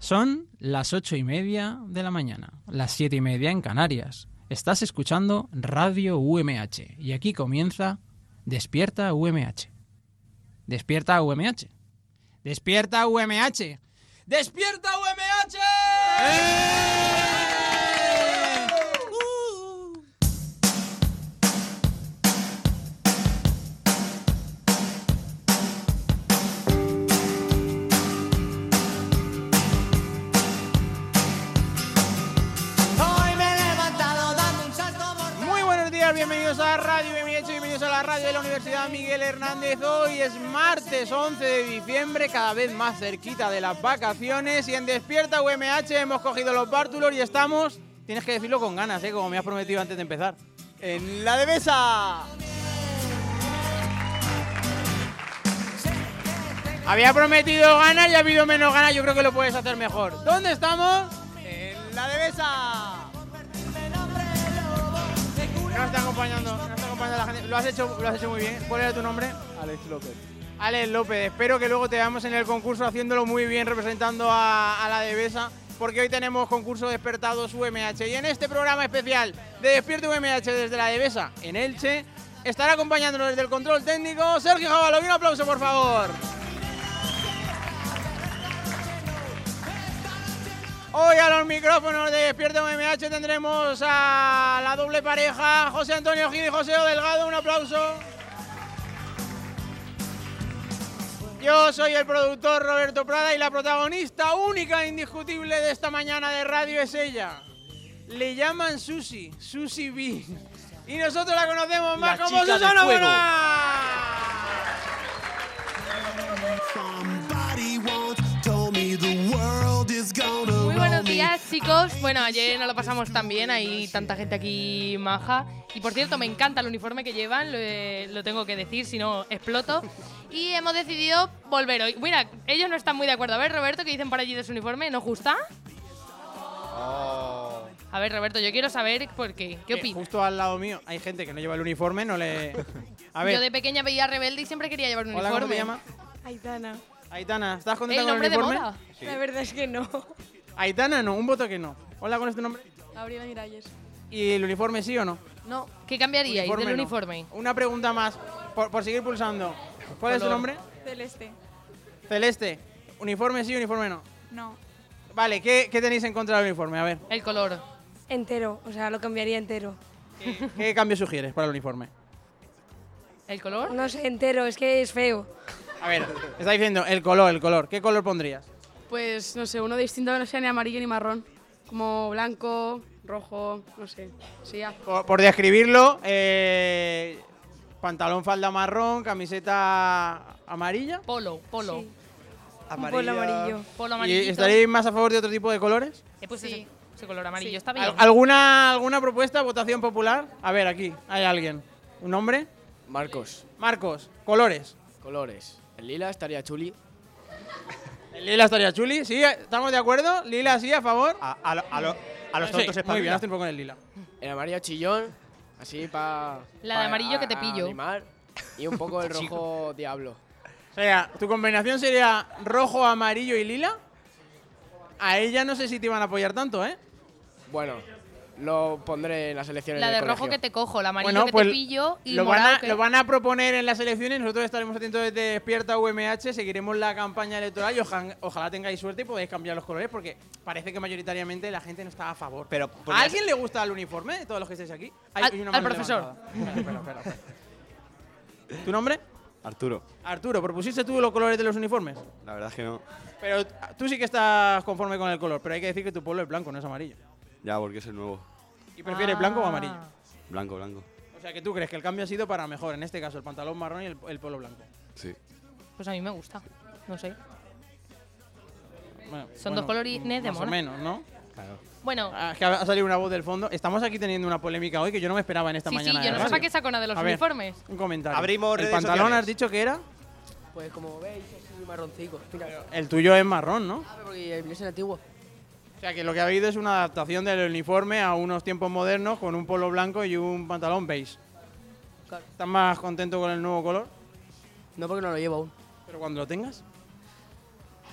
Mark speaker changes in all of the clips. Speaker 1: Son las ocho y media de la mañana, las siete y media en Canarias. Estás escuchando Radio UMH y aquí comienza Despierta UMH. Despierta UMH. Despierta UMH. Despierta UMH. Uh. Muy buenos días, bienvenidos a Radio MH, bienvenidos a la radio de la Universidad Miguel Hernández. Hoy es martes 11 de diciembre, cada vez más cerquita de las vacaciones y en Despierta UMH hemos cogido los bártulos y estamos, tienes que decirlo con ganas, ¿eh? como me has prometido antes de empezar, en la de mesa. Había prometido ganas y ha habido menos ganas, yo creo que lo puedes hacer mejor. ¿Dónde estamos? En la de mesa. No está acompañando, no está acompañando la gente. Lo has hecho, lo has hecho muy bien. ¿Cuál era tu nombre?
Speaker 2: Alex López.
Speaker 1: Alex López. Espero que luego te veamos en el concurso haciéndolo muy bien, representando a, a la Devesa, porque hoy tenemos concurso Despertados UMH. Y en este programa especial de Despierto UMH desde la Devesa, en Elche, estará acompañándonos desde el control técnico Sergio Jabalo. Un aplauso, por favor. Hoy a los micrófonos de Despierta MMH tendremos a la doble pareja José Antonio Gil y José O. Delgado. Un aplauso. Yo soy el productor Roberto Prada y la protagonista única e indiscutible de esta mañana de radio es ella. Le llaman Susi, Susi B. Y nosotros la conocemos más
Speaker 2: La
Speaker 1: como
Speaker 2: chica de
Speaker 1: Susana
Speaker 2: fuego.
Speaker 1: Bona.
Speaker 3: Somebody once told me the world is gonna
Speaker 4: Muy
Speaker 3: roll
Speaker 4: buenos
Speaker 3: me.
Speaker 4: días, chicos. Bueno, ayer no lo pasamos tan bien, hay tanta gente aquí maja. Y por cierto, me encanta el uniforme que llevan, lo, eh, lo tengo que decir, si no exploto. Y hemos decidido volver hoy. Mira, ellos no están muy de acuerdo. A ver, Roberto, ¿qué dicen por allí de su uniforme? ¿No os gusta? A ver, Roberto, yo quiero saber por qué. ¿Qué
Speaker 1: Oh. Eh,
Speaker 4: opinas?
Speaker 1: Justo al lado mío hay gente que no lleva el uniforme, no le. A ver.
Speaker 4: Yo de pequeña veía Rebelde y siempre quería llevar un
Speaker 1: Hola,
Speaker 4: uniforme.
Speaker 1: ¿cómo te llamas?
Speaker 5: Aitana.
Speaker 1: Aitana, ¿estás contenta
Speaker 4: El
Speaker 1: con
Speaker 4: nombre
Speaker 1: el
Speaker 4: de
Speaker 1: uniforme?
Speaker 4: moda.
Speaker 5: La verdad es que no.
Speaker 1: Aitana no, un voto que no. Hola con este nombre.
Speaker 5: Gabriela Miralles.
Speaker 1: ¿Y el uniforme sí o no?
Speaker 4: No. ¿Qué cambiaríais del
Speaker 1: no.
Speaker 4: uniforme?
Speaker 1: Una pregunta más, por, por seguir pulsando. ¿Cuál es tu
Speaker 4: Color.
Speaker 1: nombre?
Speaker 6: Este,
Speaker 5: Celeste.
Speaker 1: Celeste. ¿Uniforme sí, uniforme no?
Speaker 5: No.
Speaker 1: Vale, ¿qué, qué tenéis en contra del uniforme? A ver,
Speaker 4: El color.
Speaker 7: Entero, o sea, lo cambiaría entero.
Speaker 1: ¿qué, qué cambio sugieres para el uniforme?
Speaker 4: ¿El color?
Speaker 7: No sé, entero, es que es feo.
Speaker 1: A ver, está diciendo el color, el color. ¿Qué color pondrías?
Speaker 6: Pues no sé, uno distinto que no sea ni amarillo ni marrón. Como blanco, rojo, no sé. Sí, ya.
Speaker 1: Por, por describirlo, eh, pantalón falda marrón, camiseta amarilla.
Speaker 4: Polo, polo.
Speaker 7: Sí. Un polo amarillo.
Speaker 4: Polo
Speaker 1: ¿Y
Speaker 4: amarillito.
Speaker 1: estaréis más a favor de otro tipo de colores?
Speaker 4: He puesto
Speaker 6: Sí.
Speaker 4: ese, ese color amarillo, está bien.
Speaker 1: ¿Al- ¿Alguna, ¿Alguna propuesta, votación popular? A ver, aquí hay alguien. ¿Un nombre?
Speaker 2: Marcos,
Speaker 1: Marcos, colores.
Speaker 2: colores. El lila estaría chuli.
Speaker 1: El Lila estaría chuli, ¿sí? ¿Estamos de acuerdo? Lila, sí, a favor.
Speaker 8: A, a lo- a lo- a los tontos
Speaker 1: Sí, Muy bien,
Speaker 8: espabila.
Speaker 1: has triunfado con el Lila.
Speaker 2: El amarillo chillón, así para.
Speaker 4: La de amarillo que te pillo.
Speaker 2: Animar. Y un poco el rojo diablo.
Speaker 1: O sea, tu combinación sería rojo, amarillo y lila. A ella no sé si te iban a apoyar tanto, ¿eh?
Speaker 2: Bueno, lo pondré en las elecciones
Speaker 4: La de
Speaker 2: del
Speaker 4: rojo
Speaker 2: colegio.
Speaker 4: que te cojo, la amarilla que te pillo y
Speaker 1: pues lo, van
Speaker 4: morado
Speaker 1: a,
Speaker 4: que-
Speaker 1: lo van a proponer en las elecciones. Nosotros estaremos atentos desde Despierta UMH, seguiremos la campaña electoral y ojan- ojalá tengáis suerte y podáis cambiar los colores porque parece que mayoritariamente la gente no está a favor.
Speaker 8: Pero
Speaker 1: ¿A
Speaker 8: podrías-
Speaker 1: alguien le gusta el uniforme de todos los que estáis aquí?
Speaker 4: Al- al
Speaker 1: mano
Speaker 4: profesor.
Speaker 1: levantada. Espera, espera, espera, espera. ¿Tu nombre?
Speaker 8: Arturo,
Speaker 1: Arturo, propusiste tú los colores de los uniformes.
Speaker 8: la verdad es que no.
Speaker 1: Pero t- tú sí que estás conforme con el color, pero hay que decir que tu pueblo es blanco, no es amarillo.
Speaker 8: Ya, porque es el nuevo.
Speaker 1: ¿Y prefieres blanco o amarillo?
Speaker 4: Ah.
Speaker 8: Blanco, blanco.
Speaker 1: O sea, que tú crees que el cambio ha sido para mejor, en este caso, el pantalón marrón y el, el polo blanco.
Speaker 8: Sí.
Speaker 4: Pues a mí me gusta. No sé.
Speaker 1: Bueno,
Speaker 4: Son dos colorines de
Speaker 1: más
Speaker 4: moda.
Speaker 1: o menos, ¿no?
Speaker 4: Bueno,
Speaker 1: Ah, es que ha ha salido una voz del fondo. Estamos aquí teniendo una polémica hoy que yo no me esperaba en esta
Speaker 4: sí, sí,
Speaker 1: mañana.
Speaker 4: yo no
Speaker 1: de
Speaker 4: sé para
Speaker 1: radio.
Speaker 4: qué sacona de los
Speaker 1: A ver,
Speaker 4: uniformes.
Speaker 1: Un comentario.
Speaker 8: Abrimos
Speaker 1: ¿El
Speaker 8: redes
Speaker 1: pantalón
Speaker 8: sociales.
Speaker 1: has dicho que era?
Speaker 2: Pues como veis, es muy marroncico. Mira,
Speaker 1: El tuyo es marrón, ¿no?
Speaker 2: Ah, porque el mío es el antiguo.
Speaker 1: O sea, que lo que ha habido es una adaptación del uniforme a unos tiempos modernos con un polo blanco y un pantalón beige.
Speaker 2: Claro.
Speaker 1: ¿Estás más contento con el nuevo color?
Speaker 2: No porque no lo llevo aún.
Speaker 1: Pero cuando lo tengas.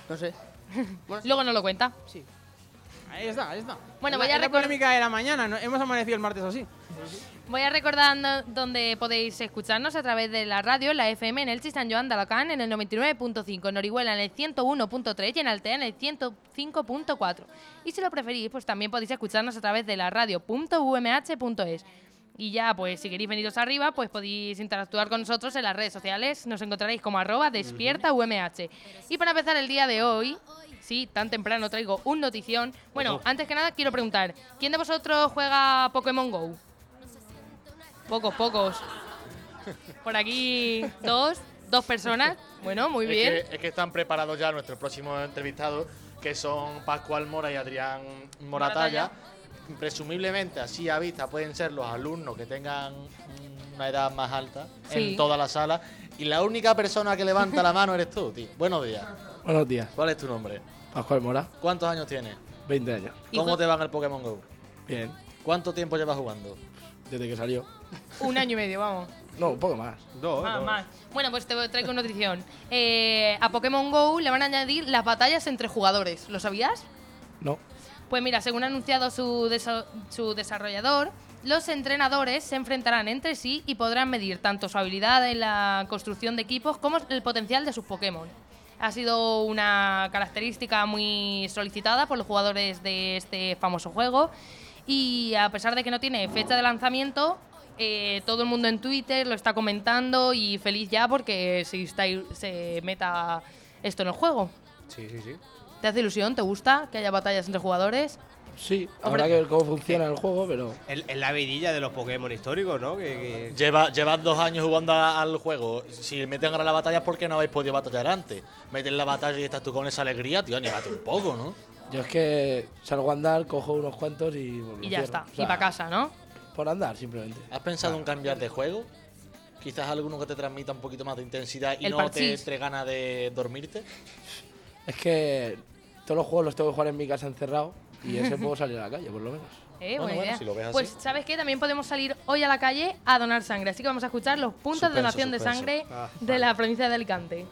Speaker 2: No sé.
Speaker 4: Luego nos lo cuenta.
Speaker 1: Sí. Ahí está, ahí está.
Speaker 4: Bueno,
Speaker 1: La-
Speaker 4: voy a
Speaker 1: es la
Speaker 4: recor-
Speaker 1: polémica de la mañana. ¿no? Hemos amanecido el martes así.
Speaker 4: Voy a recordar donde podéis escucharnos a través de la radio, en la FM, en el San Joan de Alacant, en el 99.5, en Orihuela en el 101.3 y en Altea en el 105.4. Y si lo preferís, pues también podéis escucharnos a través de la radio.umh.es. Y ya, pues si queréis veniros arriba, pues podéis interactuar con nosotros en las redes sociales. Nos encontraréis como arroba despierta UMH. Y para empezar el día de hoy, sí, tan temprano traigo un notición. Bueno, antes que nada quiero preguntar, ¿quién de vosotros juega Pokémon GO? Pocos, pocos. Por aquí dos, dos personas. Bueno, muy
Speaker 9: Es
Speaker 4: bien.
Speaker 9: que- es que están preparados ya nuestros próximos entrevistados, que son Pascual Mora y Adrián Moratalla. Presumiblemente, así a vista, pueden ser los alumnos que tengan una edad más alta
Speaker 4: Sí.
Speaker 9: en toda la sala. Y la única persona que levanta la mano eres tú, tío. Buenos días.
Speaker 2: Buenos días,
Speaker 9: ¿Cuál es tu nombre?
Speaker 2: Pascual Mora,
Speaker 9: ¿Cuántos años tienes?
Speaker 2: 20 años.
Speaker 4: Y
Speaker 9: ¿Cómo
Speaker 4: José-
Speaker 9: te va en el Pokémon GO?
Speaker 2: Bien,
Speaker 9: ¿Cuánto tiempo llevas jugando?
Speaker 2: desde que salió.
Speaker 4: Un año y medio, vamos.
Speaker 2: No, un poco más.
Speaker 8: Dos.
Speaker 4: Más, más. Bueno, pues te traigo una nutrición. Eh, a Pokémon GO le van a añadir las batallas entre jugadores. ¿Lo sabías?
Speaker 2: No.
Speaker 4: Pues mira, según ha anunciado su, desa- su desarrollador, los entrenadores se enfrentarán entre sí y podrán medir tanto su habilidad en la construcción de equipos como el potencial de sus Pokémon. Ha sido una característica muy solicitada por los jugadores de este famoso juego y a pesar de que no tiene fecha de lanzamiento, eh, todo el mundo en Twitter lo está comentando y feliz ya porque se, está- se meta esto en el juego.
Speaker 2: Sí, sí, sí.
Speaker 4: ¿Te hace ilusión? ¿Te gusta que haya batallas entre jugadores?
Speaker 2: Sí, habrá que ver cómo funciona el juego, pero.
Speaker 10: Es es la vidilla de los Pokémon históricos, ¿no? Que, que-
Speaker 9: Lleva, llevas dos años jugando a- al juego. Si meten ahora la batalla es porque no habéis podido batallar antes. Meten la batalla y estás tú con esa alegría, tío, anímate un poco, ¿no?
Speaker 2: Yo es que salgo a andar, cojo unos cuantos y. lo
Speaker 4: Y ya
Speaker 2: cierro.
Speaker 4: está.
Speaker 2: O
Speaker 4: Y
Speaker 2: sea,
Speaker 4: para casa, ¿no?
Speaker 2: Por andar, simplemente.
Speaker 9: ¿Has pensado en cambiar de juego? Quizás alguno que te transmita un poquito más de intensidad y
Speaker 4: El
Speaker 9: no te
Speaker 4: parchís.
Speaker 9: entre ganas de dormirte.
Speaker 2: Es que todos los juegos los tengo que jugar en mi casa encerrado y ese puedo salir a la calle, por lo menos.
Speaker 4: Eh,
Speaker 9: Bueno,
Speaker 4: buena
Speaker 9: bueno,
Speaker 4: idea.
Speaker 9: si lo ves así.
Speaker 4: Pues, ¿sabes qué? También podemos salir hoy a la calle a donar sangre. Así que vamos a escuchar los puntos de
Speaker 9: Suspenso,
Speaker 4: donación de
Speaker 9: suspenso. Ah,
Speaker 4: sangre de la provincia de Alicante.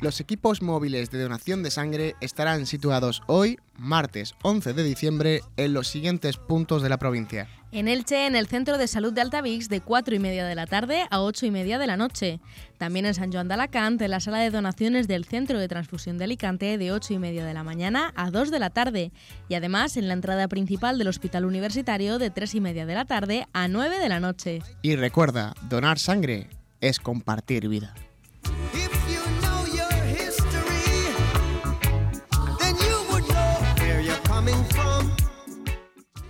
Speaker 11: Los equipos móviles de donación de sangre estarán situados hoy, martes 11 de diciembre, en los siguientes puntos de la provincia.
Speaker 12: En Elche, en el Centro de Salud de Altavix, de 4 y media de la tarde a 8 y media de la noche. También en San Joan de Alacant, en la sala de donaciones del Centro de Transfusión de Alicante, de 8 y media de la mañana a 2 de la tarde. Y además en la entrada principal del Hospital Universitario, de 3 y media de la tarde a 9 de la noche.
Speaker 11: Y recuerda, donar sangre es compartir vida.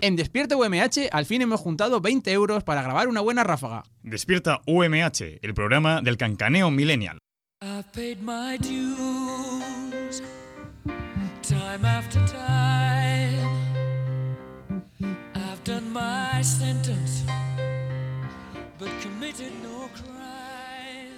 Speaker 1: En Despierta UMH al fin hemos juntado 20 euros para grabar una buena ráfaga.
Speaker 13: Despierta UMH, el programa del cancaneo millennial.
Speaker 14: I've paid my dues time after time. I've done my sentence, but committed no crime.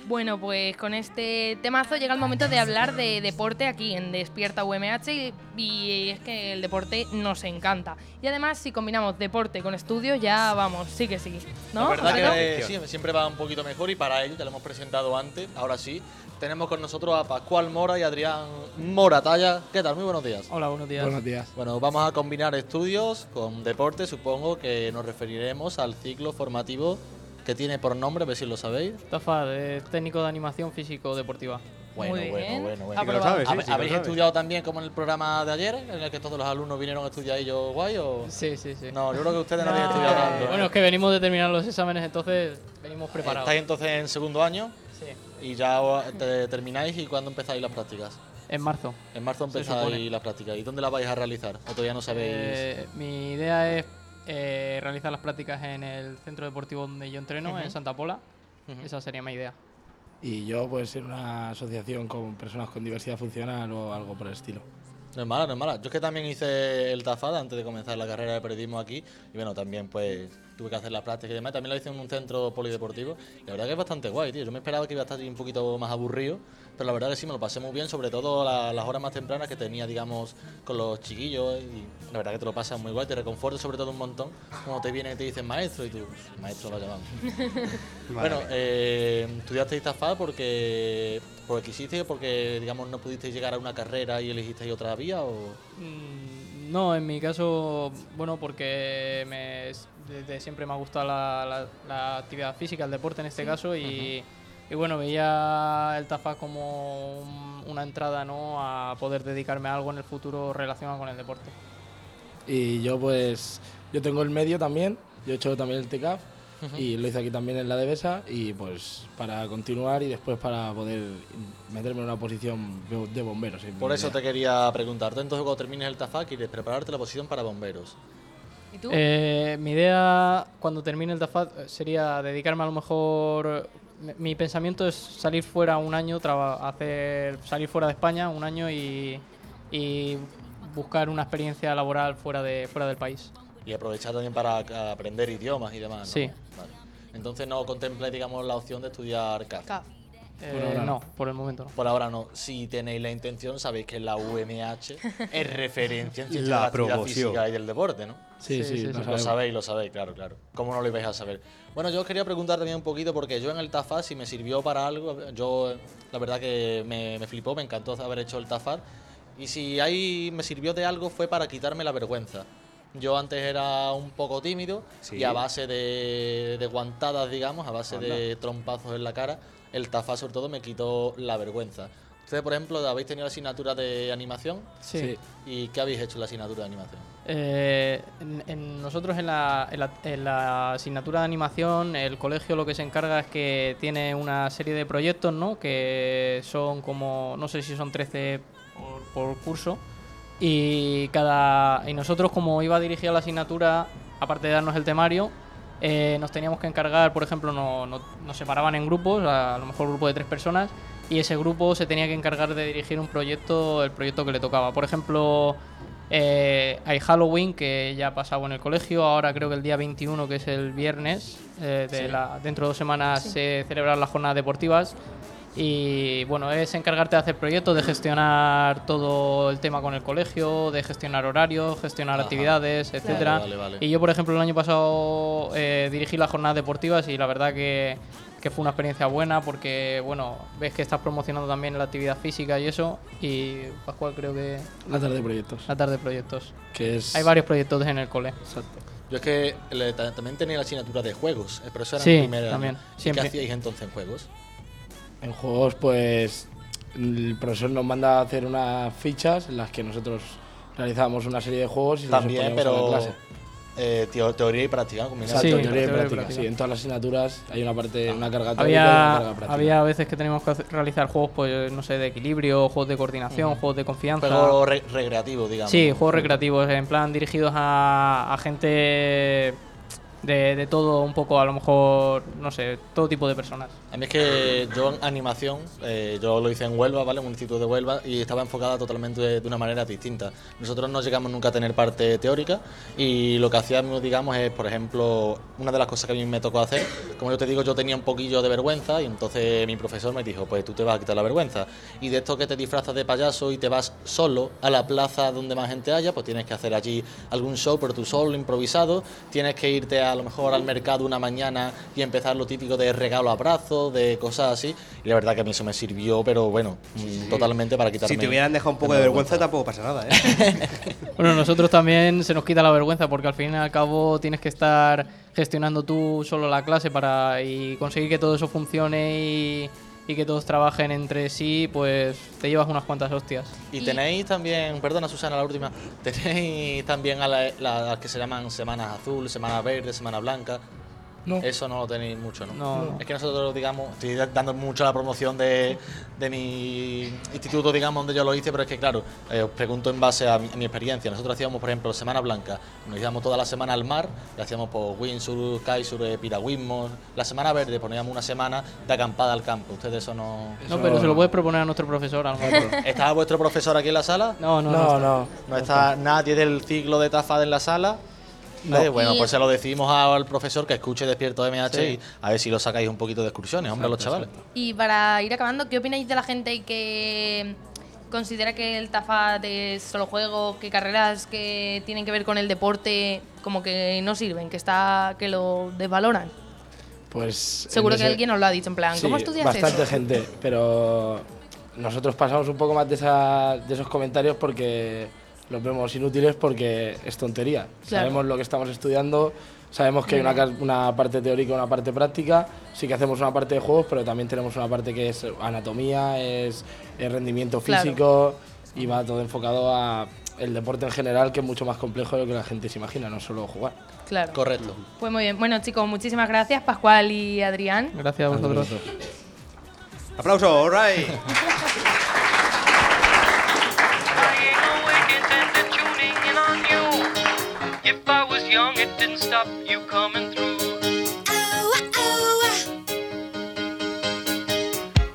Speaker 4: Bueno, pues con este temazo llega el momento de hablar de deporte aquí en Despierta UMH y, y es que el deporte nos encanta. Y además, si combinamos deporte con estudios, ya vamos, sí que sí. ¿No?
Speaker 9: La
Speaker 15: Ah,
Speaker 9: verdad
Speaker 4: José,
Speaker 9: que
Speaker 4: ¿no?
Speaker 9: sí, siempre va un poquito mejor y para ello te lo hemos presentado antes. Ahora sí, tenemos con nosotros a Pascual Mora y Adrián Moratalla. ¿Qué tal? Muy buenos días.
Speaker 15: Hola, buenos días.
Speaker 2: Buenos días.
Speaker 9: Bueno, vamos a combinar estudios con deporte. Supongo que nos referiremos al ciclo formativo que tiene por nombre, a ver si lo sabéis.
Speaker 15: Tafad, eh, técnico de animación Ah, físico-deportiva.
Speaker 9: Bueno, bueno, bueno, bueno.
Speaker 15: Aprobado.
Speaker 9: ¿Habe- ¿Habéis estudiado también como en el programa de ayer, en el que todos los alumnos vinieron a estudiar ellos guay o...?
Speaker 15: Sí, sí, sí.
Speaker 9: No, yo creo que ustedes no, habían estudiado tanto. ¿eh?
Speaker 15: Bueno, es que venimos de terminar los exámenes, entonces venimos preparados.
Speaker 9: Estáis entonces en segundo año
Speaker 15: Sí.
Speaker 9: y ya o- te- termináis y cuándo empezáis las prácticas.
Speaker 15: En marzo.
Speaker 9: En marzo
Speaker 15: Se
Speaker 9: empezáis
Speaker 15: supone.
Speaker 9: las prácticas. ¿Y dónde las vais a realizar? ¿O todavía no sabéis?
Speaker 15: Eh, mi idea es eh, realizar las prácticas en el centro deportivo donde yo entreno,
Speaker 9: Ujú.
Speaker 15: en Santa Pola.
Speaker 9: Ujú.
Speaker 15: Esa sería mi idea.
Speaker 2: Y yo, pues, en una asociación con personas con diversidad funcional o algo por el estilo.
Speaker 9: No es mala, no es mala. Yo es que también hice el TAFAD antes de comenzar la carrera de periodismo aquí. Y bueno, también pues tuve que hacer las prácticas y demás. También la hice en un centro polideportivo. Y la verdad que es bastante guay, tío. Yo me esperaba que iba a estar un poquito más aburrido. Pero la verdad que sí, me lo pasé muy bien. Sobre todo la- las horas más tempranas que tenía, digamos, con los chiquillos. Y la verdad que te lo pasas muy guay. Te reconforta sobre todo un montón. Cuando te vienen y te dicen maestro. Y tú, maestro lo llamamos.
Speaker 10: Madre
Speaker 9: Bueno, eh, estudiasteis TAFAD porque, porque quisisteis, porque digamos no pudisteis llegar a una carrera y elegisteis otra vía o
Speaker 15: Mm, No, en mi caso, bueno, porque me, desde siempre me ha gustado la, la- la actividad física, el deporte en este caso, y, y bueno, veía el TAFA como un- una entrada ¿no? a poder dedicarme a algo en el futuro relacionado con el deporte.
Speaker 2: Y yo pues, yo tengo el medio también, yo he hecho también el TCAF
Speaker 15: Ujú.
Speaker 2: y lo hice aquí también en la Devesa y pues para continuar y después para poder meterme en una posición de de bombero. sin
Speaker 9: Por eso
Speaker 2: idea.
Speaker 9: te quería preguntar. Tú entonces cuando termines el TAFAC quieres prepararte la posición para bomberos.
Speaker 4: ¿Y tú?
Speaker 15: Eh, mi idea cuando termine el DAFAD eh, sería dedicarme a lo mejor. eh, mi- Mi pensamiento es salir fuera un año, traba- hacer salir fuera de España un año y, y buscar una experiencia laboral fuera de fuera del país.
Speaker 9: Y aprovechar también para ca- aprender idiomas y demás. ¿no?
Speaker 15: Sí.
Speaker 9: Vale. Entonces no contempláis, digamos, la opción de estudiar CAF.
Speaker 15: Eh, no, por el momento no.
Speaker 9: Por ahora no. Si tenéis la intención, sabéis que la UMH es referencia en ciencias de
Speaker 10: La
Speaker 9: la actividad
Speaker 10: promoción.
Speaker 9: física y del deporte, ¿no?
Speaker 2: Sí, Sí, sí, sí, lo sí.
Speaker 9: Lo
Speaker 2: sabemos.
Speaker 9: sabéis, lo sabéis, claro, claro. ¿Cómo no lo ibais a saber? Bueno, yo os quería preguntar también un poquito, porque yo en el TAFAD, si me sirvió para algo, yo eh, la verdad que me, me flipó, me encantó haber hecho el TAFAD. Y si ahí me sirvió de algo fue para quitarme la vergüenza. Yo antes era un poco tímido
Speaker 10: Sí.
Speaker 9: y a base de, de guantadas, digamos, a base de
Speaker 10: Anda.
Speaker 9: trompazos en la cara, el tafá sobre todo me quitó la vergüenza. Ustedes, por ejemplo, habéis tenido la asignatura de animación.
Speaker 15: Sí. Sí.
Speaker 9: ¿Y qué habéis hecho en la asignatura de animación?
Speaker 15: Eh, en- en- nosotros en la, en la- en la asignatura de animación, el colegio lo que se encarga es que tiene una serie de proyectos, ¿no? Que son como, no sé si son 13 por, por curso. Y, cada, y nosotros, como iba dirigida la asignatura, aparte de darnos el temario, eh, nos teníamos que encargar, por ejemplo, no- no- nos separaban en grupos, a lo mejor grupo de tres personas, y ese grupo se tenía que encargar de dirigir un proyecto, el proyecto que le tocaba. Por ejemplo, eh, hay Halloween que ya ha pasado en el colegio, ahora creo que el día 21, que es el viernes, eh, de
Speaker 10: Sí.
Speaker 15: la- dentro de dos semanas se celebran las jornadas deportivas. Y bueno, es encargarte de hacer proyectos, de gestionar todo el tema con el colegio, de gestionar horarios, gestionar
Speaker 9: Ajá.
Speaker 15: actividades,
Speaker 9: Claro.
Speaker 15: etcétera.
Speaker 9: Vale, vale, vale.
Speaker 15: Y yo, por ejemplo, el año pasado eh, dirigí las jornadas deportivas y la verdad que, que fue una experiencia buena porque, bueno, ves que estás promocionando también la actividad física y eso. Y Pascual, creo que.
Speaker 2: La tarde de proyectos.
Speaker 15: La tarde de proyectos.
Speaker 2: Que es-
Speaker 15: Hay varios proyectos en el cole.
Speaker 2: Exacto.
Speaker 9: Yo es que le- ta- también tenía la asignatura de juegos, eh, pero eso era
Speaker 15: Sí,
Speaker 9: en primer año.
Speaker 15: también,
Speaker 9: ¿Y
Speaker 15: siempre.
Speaker 9: ¿Qué hacíais entonces en juegos?
Speaker 2: En juegos, pues el profesor nos manda a hacer unas fichas en las que nosotros realizamos una serie de juegos y los
Speaker 9: También,
Speaker 2: exponíamos a la
Speaker 9: pero
Speaker 2: clase.
Speaker 9: eh, teo- teoría y práctica, ¿no? Combinado.
Speaker 2: Exacto, teoría y práctica. Sí, en todas las asignaturas hay una parte, una carga teórica y una
Speaker 15: Había,
Speaker 2: carga práctica.
Speaker 15: había veces que teníamos que hacer- realizar juegos, pues, no sé, de equilibrio, juegos de coordinación,
Speaker 9: Ujú.
Speaker 15: juegos de confianza.
Speaker 9: Juegos re- recreativos, digamos.
Speaker 15: Sí, juegos recreativos, en plan dirigidos a, a gente de, de todo, un poco, a lo mejor, no sé, todo tipo de personas.
Speaker 9: A mí es que yo en animación, eh, yo lo hice en Huelva, ¿vale? En un instituto de Huelva y estaba enfocada totalmente de, de una manera distinta. Nosotros no llegamos nunca a tener parte teórica y lo que hacíamos, digamos, es, por ejemplo, una de las cosas que a mí me tocó hacer, como yo te digo, yo tenía un poquillo de vergüenza y entonces mi profesor me dijo, pues tú te vas a quitar la vergüenza. Y de esto que te disfrazas de payaso y te vas solo a la plaza donde más gente haya, pues tienes que hacer allí algún show, pero tú solo, improvisado. Tienes que irte a lo mejor al mercado una mañana y empezar lo típico de regalo a brazos, de cosas así. Y la verdad que a mí eso me sirvió, pero bueno, mm, totalmente para quitarme.
Speaker 10: Si te hubieran dejado un poco de vergüenza, tampoco pasa nada, ¿eh?
Speaker 15: Bueno, nosotros también se nos quita la vergüenza porque al fin y al cabo tienes que estar gestionando tú solo la clase para y conseguir que todo eso funcione y, y que todos trabajen entre sí, pues te llevas unas cuantas hostias.
Speaker 9: Y tenéis también, perdona Susana, la última, tenéis también a la- la- las que se llaman semanas azul, semana verde, semana blanca. Eso no lo tenéis mucho, ¿no?
Speaker 15: No, no.
Speaker 9: Es que nosotros, digamos, estoy da- dando mucho la promoción de, de mi instituto, digamos, donde yo lo hice, pero es que, claro, eh, os pregunto en base a mi, a mi experiencia. Nosotros hacíamos, por ejemplo, Semana Blanca, nos íbamos toda la semana al mar, y hacíamos por windsurf, kitesurf, eh, piragüismo. La Semana Verde poníamos una semana de acampada al campo. Ustedes eso no...
Speaker 15: No, pero se lo puedes proponer a nuestro profesor, a lo mejor.
Speaker 9: ¿Está vuestro profesor aquí en la sala?
Speaker 15: No, no, no No, está. no.
Speaker 9: No está nadie del ciclo de Tafad en la sala.
Speaker 15: No.
Speaker 9: Eh, bueno,
Speaker 15: Y-
Speaker 9: pues se lo decimos al profesor que escuche Despierto MH
Speaker 15: Sí.
Speaker 9: y a ver si lo sacáis un poquito de excursiones, hombre, los chavales.
Speaker 4: Y para ir acabando, ¿qué opináis de la gente que considera que el Tafat es solo juego, que carreras que tienen que ver con el deporte como que no sirven, que está que lo desvaloran?
Speaker 2: Pues. en
Speaker 4: Seguro que
Speaker 2: ese-
Speaker 4: alguien os lo ha dicho en plan,
Speaker 2: Eh, Sí,
Speaker 4: ¿cómo estudias
Speaker 2: bastante
Speaker 4: eso?
Speaker 2: gente, pero nosotros pasamos un poco más de, esa- de esos comentarios porque los vemos inútiles porque es tontería.
Speaker 16: Claro.
Speaker 2: Sabemos lo que estamos estudiando, sabemos que hay una, car- una parte teórica y una parte práctica, sí que hacemos una parte de juegos, pero también tenemos una parte que es anatomía, es, es rendimiento
Speaker 4: Claro.
Speaker 2: físico y va todo enfocado a el deporte en general que es mucho más complejo de lo que la gente se imagina, no solo jugar.
Speaker 4: Claro.
Speaker 9: Correcto.
Speaker 4: Pues muy bien. Bueno, chicos, muchísimas gracias, Pascual y Adrián.
Speaker 15: Gracias a vosotros.
Speaker 10: Aplauso, all right.
Speaker 14: If I was young, it didn't stop you coming through.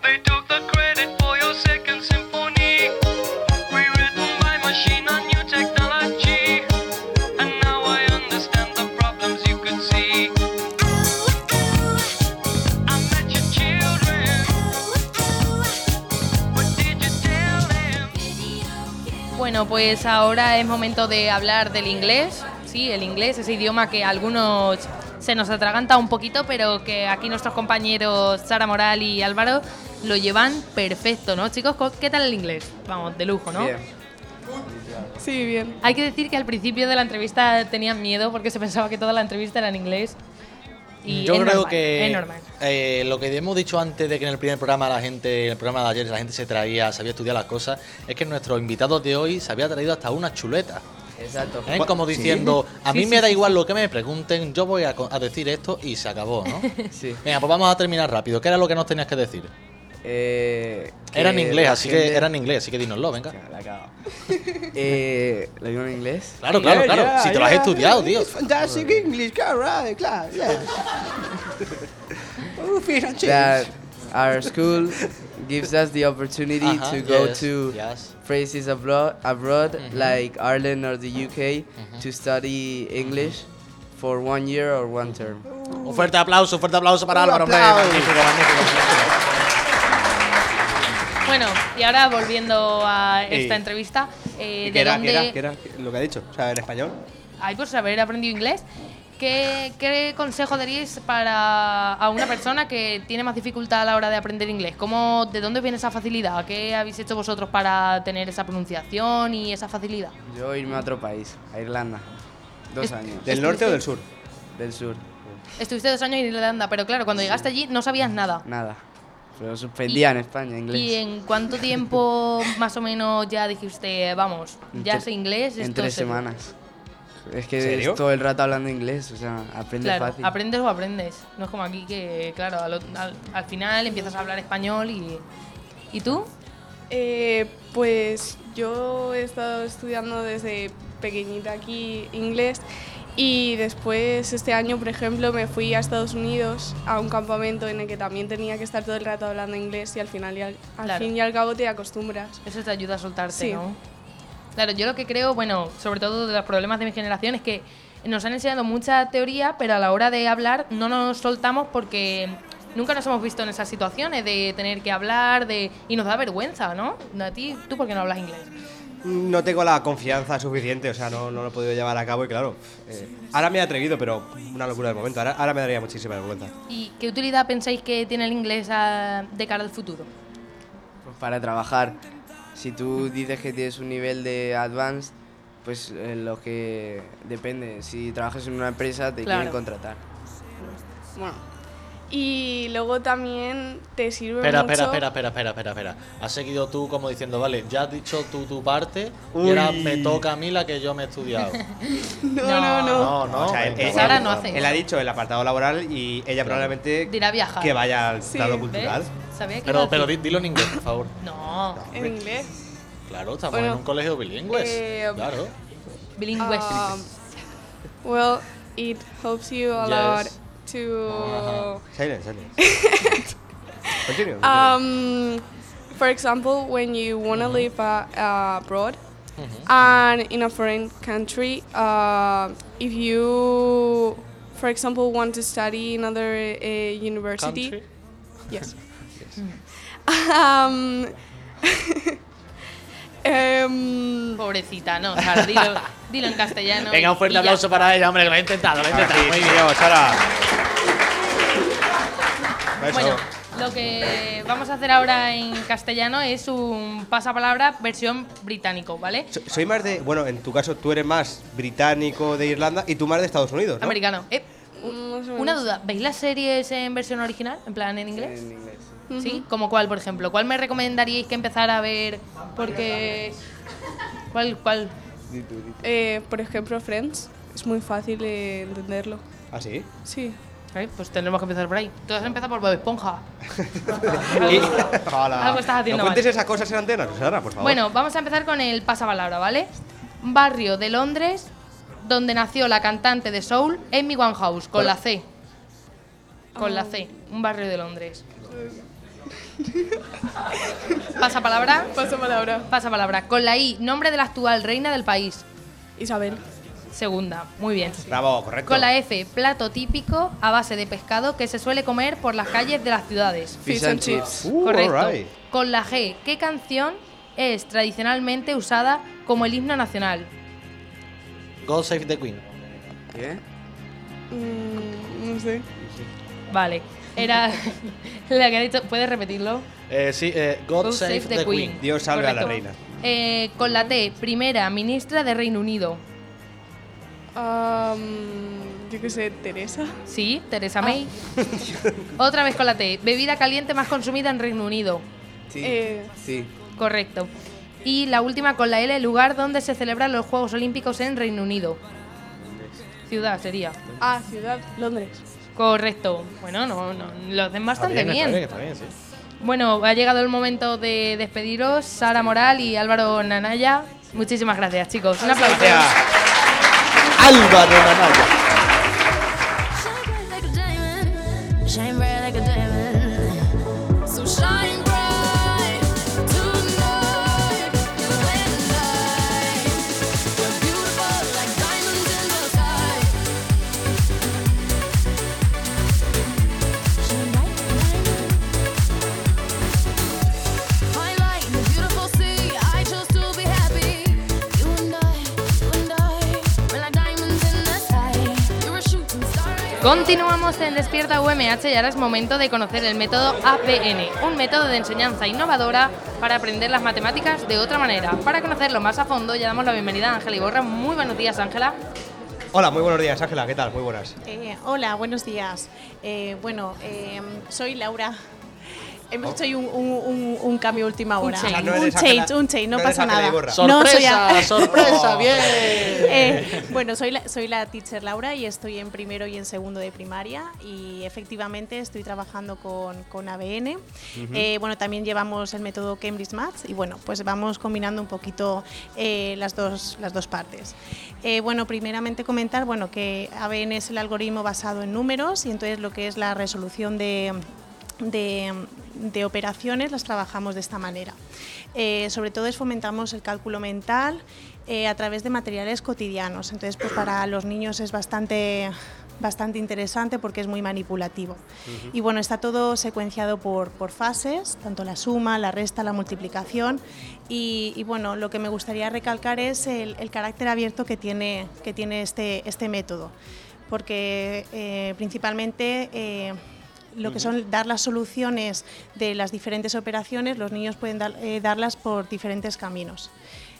Speaker 14: They took the credit for your second symphony, rewritten by machine on new technology. And now I understand the problems you could see. I met your children. What did you tell them?
Speaker 4: Bueno, pues ahora es momento de hablar del inglés. Sí, el inglés, ese idioma que a algunos se nos atraganta un poquito, pero que aquí nuestros compañeros Sara Moral y Álvaro lo llevan perfecto, ¿no, chicos? Co- ¿Qué tal el inglés? Vamos, de lujo, ¿no?
Speaker 6: Sí, bien.
Speaker 4: Hay que decir que al principio de la entrevista tenían miedo porque se pensaba que toda la entrevista era en inglés. Y
Speaker 9: Yo
Speaker 4: es
Speaker 9: creo
Speaker 4: normal,
Speaker 9: que
Speaker 4: Es normal.
Speaker 9: eh, lo que hemos dicho antes de que en el primer programa la gente, en el programa de ayer, la gente se traía, sabía estudiar las cosas, es que nuestro invitado de hoy se había traído hasta una chuleta.
Speaker 17: Exacto.
Speaker 9: ¿eh? Como diciendo, a mí me da igual lo que me pregunten, yo voy a, co- a decir esto y se acabó, ¿no?
Speaker 17: Sí.
Speaker 9: Venga, pues vamos a terminar rápido. ¿Qué era lo que nos tenías que decir?
Speaker 17: Eh,
Speaker 9: Era en
Speaker 17: que
Speaker 9: inglés,
Speaker 17: la
Speaker 9: así
Speaker 17: gente-
Speaker 9: que era en inglés, así que dínoslo, venga.
Speaker 17: Eh, ¿Lo digo en inglés?
Speaker 9: Claro, claro, claro. si te lo has estudiado, tío.
Speaker 17: Fantastic English, claro, claro, that our school gives us the opportunity
Speaker 9: Uh-huh,
Speaker 17: to go
Speaker 9: yes,
Speaker 17: to
Speaker 9: yes.
Speaker 17: places abroad, abroad
Speaker 9: Mhm.
Speaker 17: like Ireland or the UK, to study English for one year or one term.
Speaker 9: Un fuerte aplauso, un fuerte aplauso para
Speaker 17: Un
Speaker 9: Álvaro, hombre.
Speaker 17: aplauso.
Speaker 9: Magnífico, magnífico.
Speaker 4: Bueno, y ahora volviendo a
Speaker 10: Y-
Speaker 4: esta entrevista, eh,
Speaker 10: ¿Qué
Speaker 4: ¿de
Speaker 10: era,
Speaker 4: dónde...?
Speaker 10: qué era, qué era lo que ha dicho? O sea, en español.
Speaker 4: Ay, pues, por haber aprendido inglés. ¿Qué, qué consejo daríais para a una persona que tiene más dificultad a la hora de aprender inglés? ¿Cómo, ¿De dónde viene esa facilidad? ¿Qué habéis hecho vosotros para tener esa pronunciación y esa facilidad?
Speaker 17: Yo irme a otro país, a Irlanda. Dos
Speaker 4: Es-
Speaker 17: años.
Speaker 4: ¿Del norte o del
Speaker 10: sur?
Speaker 17: Del sur,
Speaker 4: Estuviste dos años en Irlanda, pero claro, cuando llegaste allí no sabías nada.
Speaker 17: nada. Pero suspendía en España inglés.
Speaker 4: ¿Y en cuánto tiempo más o menos ya dijiste, vamos, ya
Speaker 17: En
Speaker 4: sé
Speaker 17: tre-
Speaker 4: inglés?
Speaker 17: En
Speaker 4: esto
Speaker 17: tres
Speaker 4: sé-
Speaker 17: semanas. Es
Speaker 10: ¿En
Speaker 17: que
Speaker 10: serio?
Speaker 17: es todo el rato hablando inglés, o sea, aprendes
Speaker 4: Claro,
Speaker 17: fácil.
Speaker 4: aprendes o aprendes. No es como aquí que, claro, al, ot- al- al final empiezas a hablar español y... ¿Y tú?
Speaker 5: Eh, pues yo he estado estudiando desde pequeñita aquí inglés y después este año, por ejemplo, me fui a Estados Unidos a un campamento en el que también tenía que estar todo el rato hablando inglés y al final y al, al
Speaker 4: Claro.
Speaker 5: fin y al cabo te acostumbras.
Speaker 4: Eso te ayuda a soltarte,
Speaker 5: Sí.
Speaker 4: ¿no? Claro, yo lo que creo, bueno, sobre todo de los problemas de mi generación, es que nos han enseñado mucha teoría, pero a la hora de hablar no nos soltamos porque nunca nos hemos visto en esas situaciones de tener que hablar de y nos da vergüenza, ¿no? A ti, ¿tú por qué no hablas inglés?
Speaker 10: No tengo la confianza suficiente, o sea, no, no lo he podido llevar a cabo y claro. eh, ahora me he atrevido, pero una locura de momento. Ahora, ahora me daría muchísima vergüenza.
Speaker 4: ¿Y qué utilidad pensáis que tiene el inglés ah, de cara al futuro?
Speaker 17: Pues para trabajar. Si tú dices que tienes un nivel de advanced, pues eh, lo que depende. Si trabajas en una empresa, te
Speaker 4: Claro.
Speaker 17: quieren contratar.
Speaker 6: Bueno,
Speaker 5: Y luego también te sirve
Speaker 9: Espera,
Speaker 5: mucho.
Speaker 9: espera, espera, espera, espera, espera, espera. Has seguido tú como diciendo, vale, ya has dicho tú tu parte y ahora
Speaker 10: Uy.
Speaker 9: me toca a mí la que yo me he estudiado.
Speaker 5: No, no, no.
Speaker 9: No, no.
Speaker 10: O sea, él,
Speaker 9: venga,
Speaker 10: él-
Speaker 4: Sara
Speaker 10: eh, él-
Speaker 4: no hace.
Speaker 10: él ha dicho el apartado laboral y ella probablemente
Speaker 4: Dirá viajar.
Speaker 10: que vaya al
Speaker 4: Sí,
Speaker 10: lado
Speaker 4: ¿ves?
Speaker 10: cultural.
Speaker 4: Sabía que Pero- iba a pero decir.
Speaker 9: dilo en inglés, por favor.
Speaker 4: No.
Speaker 5: En inglés.
Speaker 9: Claro, estamos
Speaker 5: Bueno,
Speaker 9: en un colegio bilingüe.
Speaker 5: eh,
Speaker 9: claro.
Speaker 4: Bilingües.
Speaker 5: Um, well, it helps you a
Speaker 9: Yes.
Speaker 5: lot to.
Speaker 10: Silence, silence. Continue, continue.
Speaker 5: um, for example, when you want to live uh, uh, abroad and in a foreign country, uh, if you, for example, want to study in another uh, university,
Speaker 9: Country?
Speaker 5: yes, um, um,
Speaker 4: Pobrecita, no. Sara, dilo, dilo en castellano.
Speaker 9: Venga, un
Speaker 4: y
Speaker 9: fuerte
Speaker 4: ya.
Speaker 9: aplauso para ella, hombre, que lo ha intentado, lo ha intentado. Muy bien,
Speaker 10: Sara.
Speaker 4: Bueno, lo que vamos a hacer ahora en castellano es un pasapalabra versión británico, ¿vale?
Speaker 10: So- Soy más de. Bueno, en tu caso tú eres más británico de Irlanda y tú más de Estados Unidos, ¿no?
Speaker 4: Americano. Eh,
Speaker 5: mm,
Speaker 4: una duda, ¿veis las series en versión original? ¿En plan en inglés?
Speaker 17: En inglés.
Speaker 4: ¿Sí? ¿Como cuál, por ejemplo? ¿Cuál me recomendaríais que empezara a ver? Porque... ¿Cuál, cuál?
Speaker 17: Di tú, di tú.
Speaker 5: eh, por ejemplo, Friends, es muy fácil eh, entenderlo.
Speaker 10: ¿Ah, sí?
Speaker 5: Sí.
Speaker 4: pues tendremos que empezar por ahí. Tú has empezado por Bob Esponja.
Speaker 10: Y-
Speaker 4: Algo estás haciendo
Speaker 10: No cuentes
Speaker 4: mal.
Speaker 10: esas cosas en antena, Sara, por favor.
Speaker 4: Bueno, vamos a empezar con el pasapalabra, ¿vale? Barrio de Londres donde nació la cantante de soul Amy Winehouse con la C. Con la C, un barrio de Londres. Pasa palabra.
Speaker 5: Pasa palabra.
Speaker 4: Pasa palabra. Con la I, nombre de la actual reina del país.
Speaker 5: Isabel.
Speaker 4: Segunda, muy bien.
Speaker 10: Bravo, correcto.
Speaker 4: Con la E, F, plato típico a base de pescado que se suele comer por las calles de las ciudades.
Speaker 17: Fish and chips.
Speaker 10: Uh,
Speaker 4: Correcto.
Speaker 10: alright.
Speaker 4: Con la G, ¿qué canción es tradicionalmente usada como el himno nacional?
Speaker 9: God Save the Queen.
Speaker 17: ¿Qué?
Speaker 5: no sé.
Speaker 4: Vale, era la que ha dicho. ¿Puedes repetirlo?
Speaker 9: Eh, sí, eh, God, Save, the, Queen.
Speaker 10: Dios salve a la reina.
Speaker 4: Correcto. Eh, con la T, primera ministra de Reino Unido.
Speaker 5: Um, yo qué sé, Teresa.
Speaker 4: Sí, Teresa May.
Speaker 10: Ah.
Speaker 4: Otra vez con la T, bebida caliente más consumida en Reino Unido.
Speaker 17: Sí.
Speaker 5: Eh.
Speaker 17: Sí.
Speaker 4: Correcto. Y la última con la L, lugar donde se celebran los Juegos Olímpicos en Reino Unido. Ciudad sería.
Speaker 5: Ah, ciudad, Londres.
Speaker 4: Correcto. Bueno, no, no, lo hacen bastante
Speaker 9: Está bien, está bien, está bien,
Speaker 4: Bueno, ha llegado el momento de despediros. Sara Moral y Álvaro Nanaya. Muchísimas gracias, chicos. Un aplauso.
Speaker 9: Álvaro Nanaya.
Speaker 14: Shine bright like a diamond. So shine bright tonight. You and I, we're beautiful like diamonds in the sky. Shine bright, diamond. I like the beautiful sea. I chose to be happy. You and I, you and I, we're like diamonds in the sky. You're a shooting star.
Speaker 4: Continuamos en Despierta UMH y ahora es momento de conocer el método APN, un método de enseñanza innovadora para aprender las matemáticas de otra manera. Para conocerlo más a fondo, ya damos la bienvenida a Ángela Iborra. Muy buenos días, Ángela.
Speaker 10: Hola, muy buenos días, Ángela, ¿qué tal? Muy buenas.
Speaker 16: Eh, hola, buenos días. Eh, bueno, eh, soy Laura. Hemos hecho ahí un, un- un- un cambio a última hora.
Speaker 10: change. O sea, no
Speaker 16: un
Speaker 10: eres
Speaker 16: change,
Speaker 10: Ángela-
Speaker 16: un change, no,
Speaker 10: no eres
Speaker 16: pasa
Speaker 10: Ángela
Speaker 16: nada.
Speaker 10: Iborra.
Speaker 16: No, soy
Speaker 9: Sorpresa, sorpresa, bien.
Speaker 16: Eh, bueno, soy la, soy la teacher Laura y estoy en primero y en segundo de primaria y efectivamente estoy trabajando con, con ABN.
Speaker 18: Ujú.
Speaker 16: Eh, bueno, también llevamos el método Cambridge Maths y bueno, pues vamos combinando un poquito eh, las, dos, las dos partes. Eh, bueno, primeramente comentar bueno, que ABN es el algoritmo basado en números y entonces lo que es la resolución de, de, de operaciones las trabajamos de esta manera. Eh, sobre todo es fomentamos el cálculo mental eh, a través de materiales cotidianos. Entonces, pues para los niños es bastante, bastante interesante porque es muy manipulativo. Y bueno, está todo secuenciado por, por fases, tanto la suma, la resta, la multiplicación. Y, y, bueno, lo que me gustaría recalcar es el, el carácter abierto que tiene, que tiene este, este método, porque eh, principalmente eh, lo que son dar las soluciones de las diferentes operaciones, los niños pueden dar- eh, darlas por diferentes caminos.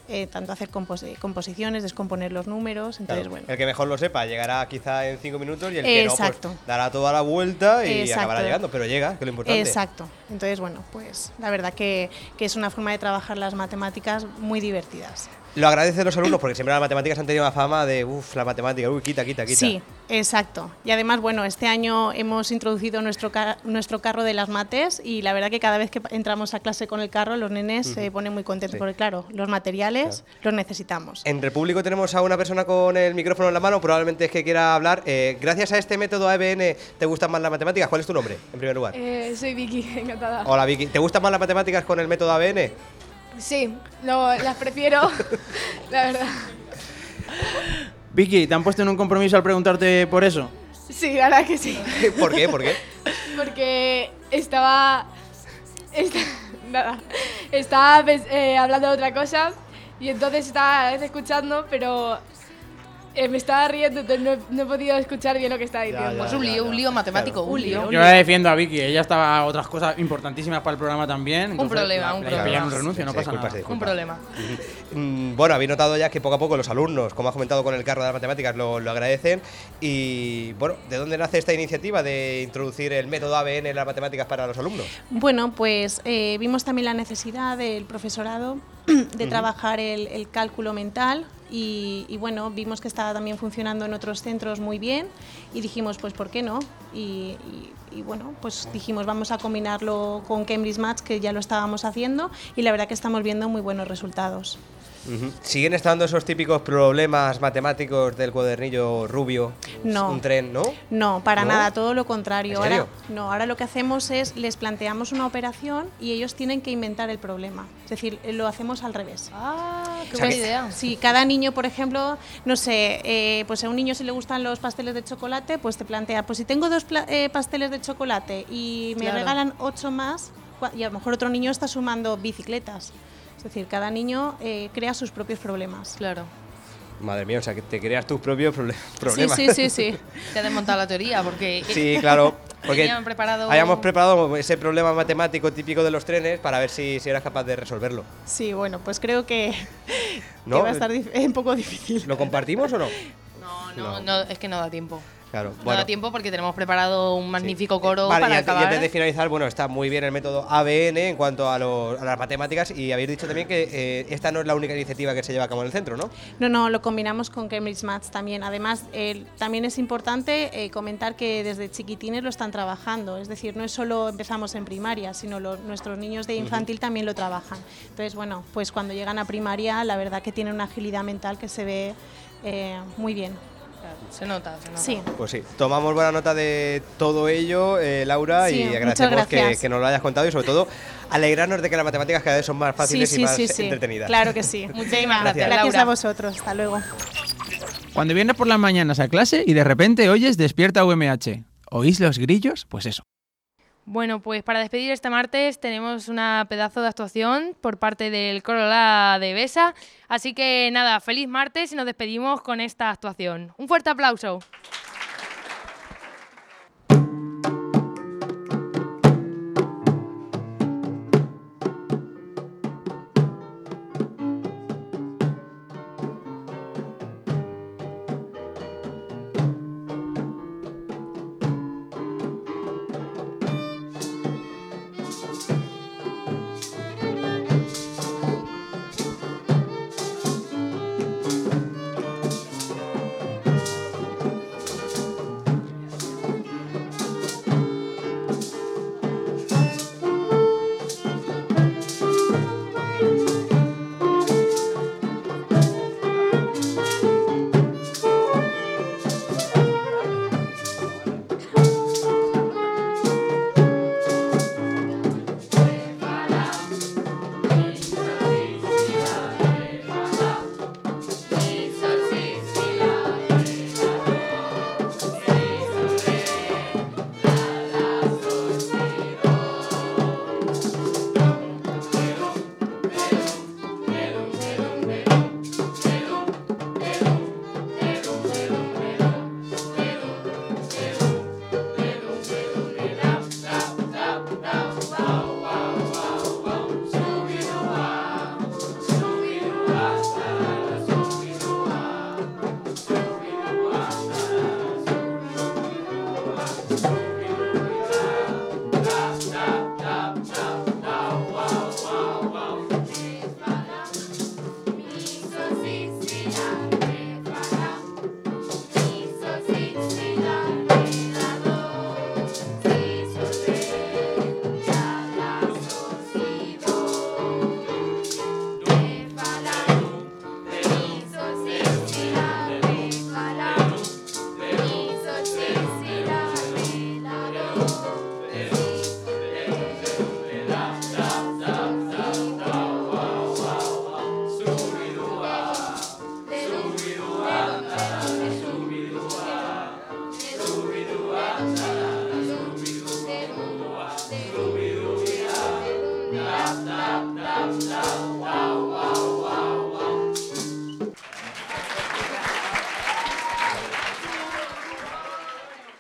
Speaker 16: eh, tanto hacer compos- eh, composiciones, descomponer los números. Entonces,
Speaker 10: Claro,
Speaker 16: bueno.
Speaker 10: El que mejor lo sepa llegará quizá en cinco minutos y el que
Speaker 16: Exacto.
Speaker 10: no pues, dará toda la vuelta y
Speaker 16: Exacto.
Speaker 10: acabará llegando, pero llega, que es lo importante.
Speaker 16: Exacto. Entonces, bueno, pues la verdad que, que es una forma de trabajar las matemáticas muy divertidas.
Speaker 10: Lo agradecen los alumnos porque siempre las matemáticas han tenido la fama de, uff, la matemática, uy, quita, quita, quita.
Speaker 16: Sí, exacto. Y además, bueno, este año hemos introducido nuestro, ca- nuestro carro de las mates y la verdad que cada vez que pa- entramos a clase con el carro, los nenes se
Speaker 10: Ujú.
Speaker 16: ponen muy contentos
Speaker 10: Sí.
Speaker 16: porque, claro, los materiales los necesitamos.
Speaker 10: En Repúblico tenemos a una persona con el micrófono en la mano, probablemente es que quiera hablar. Eh, gracias a este método ABN, ¿te gustan más las matemáticas? ¿Cuál es tu nombre, en primer lugar?
Speaker 18: Eh, soy Vicky, encantada.
Speaker 9: Oh.
Speaker 10: Hola Vicky, ¿te gustan más las matemáticas con el método ABN?
Speaker 18: Sí, no, las prefiero, la verdad.
Speaker 1: Vicky, ¿te han puesto en un compromiso al preguntarte por eso?
Speaker 18: Sí, la verdad que sí.
Speaker 10: ¿Por qué? ¿Por qué?
Speaker 18: Porque estaba... esta- nada. Estaba pens- eh, hablando de otra cosa y entonces estaba a la vez escuchando, pero eh, me estaba riendo, entonces no, he- no he podido escuchar bien lo que estaba diciendo.
Speaker 4: Pues un lío, un lío matemático, un lío.
Speaker 1: Yo la defiendo a Vicky, ella estaba a otras cosas importantísimas para el programa también. entonces,
Speaker 4: problema,
Speaker 1: la-
Speaker 4: un
Speaker 1: la
Speaker 4: problema.
Speaker 1: pillan renuncio, no
Speaker 10: Se
Speaker 1: pasa
Speaker 10: disculpa, se
Speaker 1: nada.
Speaker 4: Un problema.
Speaker 10: Mm, Bueno, habéis notado ya que poco a poco los alumnos, como has comentado con el carro de las matemáticas, lo, lo agradecen. Y bueno, ¿de dónde nace esta iniciativa de introducir el método ABN en las matemáticas para los alumnos?
Speaker 16: Bueno, pues eh, vimos también la necesidad del profesorado de
Speaker 10: Ujú.
Speaker 16: trabajar el, el cálculo mental y, y bueno, vimos que estaba también funcionando en otros centros muy bien y dijimos, pues ¿por qué no? Y, y- y, bueno, pues dijimos, vamos a combinarlo con Cambridge Maths, que ya lo estábamos haciendo y la verdad que estamos viendo muy buenos resultados.
Speaker 10: ¿Siguen estando esos típicos problemas matemáticos del cuadernillo rubio?
Speaker 16: No.
Speaker 10: Un tren, ¿no?
Speaker 16: No, para
Speaker 10: ¿No?
Speaker 16: nada, todo lo contrario.
Speaker 10: ¿En serio?
Speaker 16: Ahora, no, ahora lo que hacemos es les planteamos una operación y ellos tienen que inventar el problema. Es decir, lo hacemos al revés.
Speaker 4: Ah,
Speaker 16: O sea, que- Sí, cada niño, por ejemplo, no sé, eh, pues a un niño si le gustan los pasteles de chocolate, pues te plantea, pues si tengo dos pla- eh, pasteles de chocolate y me
Speaker 4: Claro.
Speaker 16: regalan ocho más, cua- y a lo mejor otro niño está sumando bicicletas. Es decir, cada niño eh, crea sus propios problemas.
Speaker 4: Claro.
Speaker 10: Madre mía, o sea, que te creas tus propios proble-
Speaker 16: Sí,
Speaker 10: problemas.
Speaker 16: sí, sí, sí.
Speaker 4: Te has desmontado la teoría porque.
Speaker 10: Sí, claro. Porque
Speaker 4: Tenían preparado-
Speaker 10: habíamos preparado ese problema matemático típico de los trenes para ver si, si eras capaz de resolverlo.
Speaker 16: Sí, bueno, pues creo que,
Speaker 10: ¿No?
Speaker 16: que va a estar dif- un poco difícil.
Speaker 10: ¿Lo compartimos o no?
Speaker 4: No, no, no, es que no da tiempo.
Speaker 10: Claro,
Speaker 4: No
Speaker 10: bueno.
Speaker 4: da tiempo porque tenemos preparado un magnífico coro
Speaker 10: Vale, y ante-
Speaker 4: para
Speaker 10: y
Speaker 4: acabar.
Speaker 10: antes de finalizar, bueno, está muy bien el método ABN en cuanto a, los- a las matemáticas y habéis dicho también que eh, esta no es la única iniciativa que se lleva a cabo en el centro, ¿no?
Speaker 16: No, no, lo combinamos con Cambridge Maths también. Además, eh, también es importante eh, comentar que desde chiquitines lo están trabajando. Es decir, no es solo empezamos en primaria, sino lo- nuestros niños de
Speaker 10: Ujú.
Speaker 16: infantil también lo trabajan. Entonces, bueno, pues cuando llegan a primaria, la verdad que tienen una agilidad mental que se ve eh, muy bien.
Speaker 4: Se nota, se nota.
Speaker 16: Sí.
Speaker 10: Pues sí, tomamos buena nota de todo ello, eh, Laura,
Speaker 16: Sí,
Speaker 10: y
Speaker 16: muchas
Speaker 10: agradecemos que,
Speaker 16: gracias.
Speaker 10: que nos lo hayas contado y sobre todo alegrarnos de que las matemáticas cada vez son más fáciles
Speaker 16: sí,
Speaker 10: y
Speaker 16: sí,
Speaker 10: más
Speaker 16: sí, sí.
Speaker 10: entretenidas.
Speaker 16: Claro que sí. Muchísimas
Speaker 1: gracias,
Speaker 16: Gracias
Speaker 1: Laura.
Speaker 16: a vosotros. Hasta luego.
Speaker 1: Cuando vienes por las mañanas a clase y de repente oyes Despierta UMH, ¿oís los grillos? Pues eso.
Speaker 4: Bueno, pues para despedir este martes tenemos una pedazo de actuación por parte del coro La de Besa. Así que nada, feliz martes y nos despedimos con esta actuación. Un fuerte aplauso.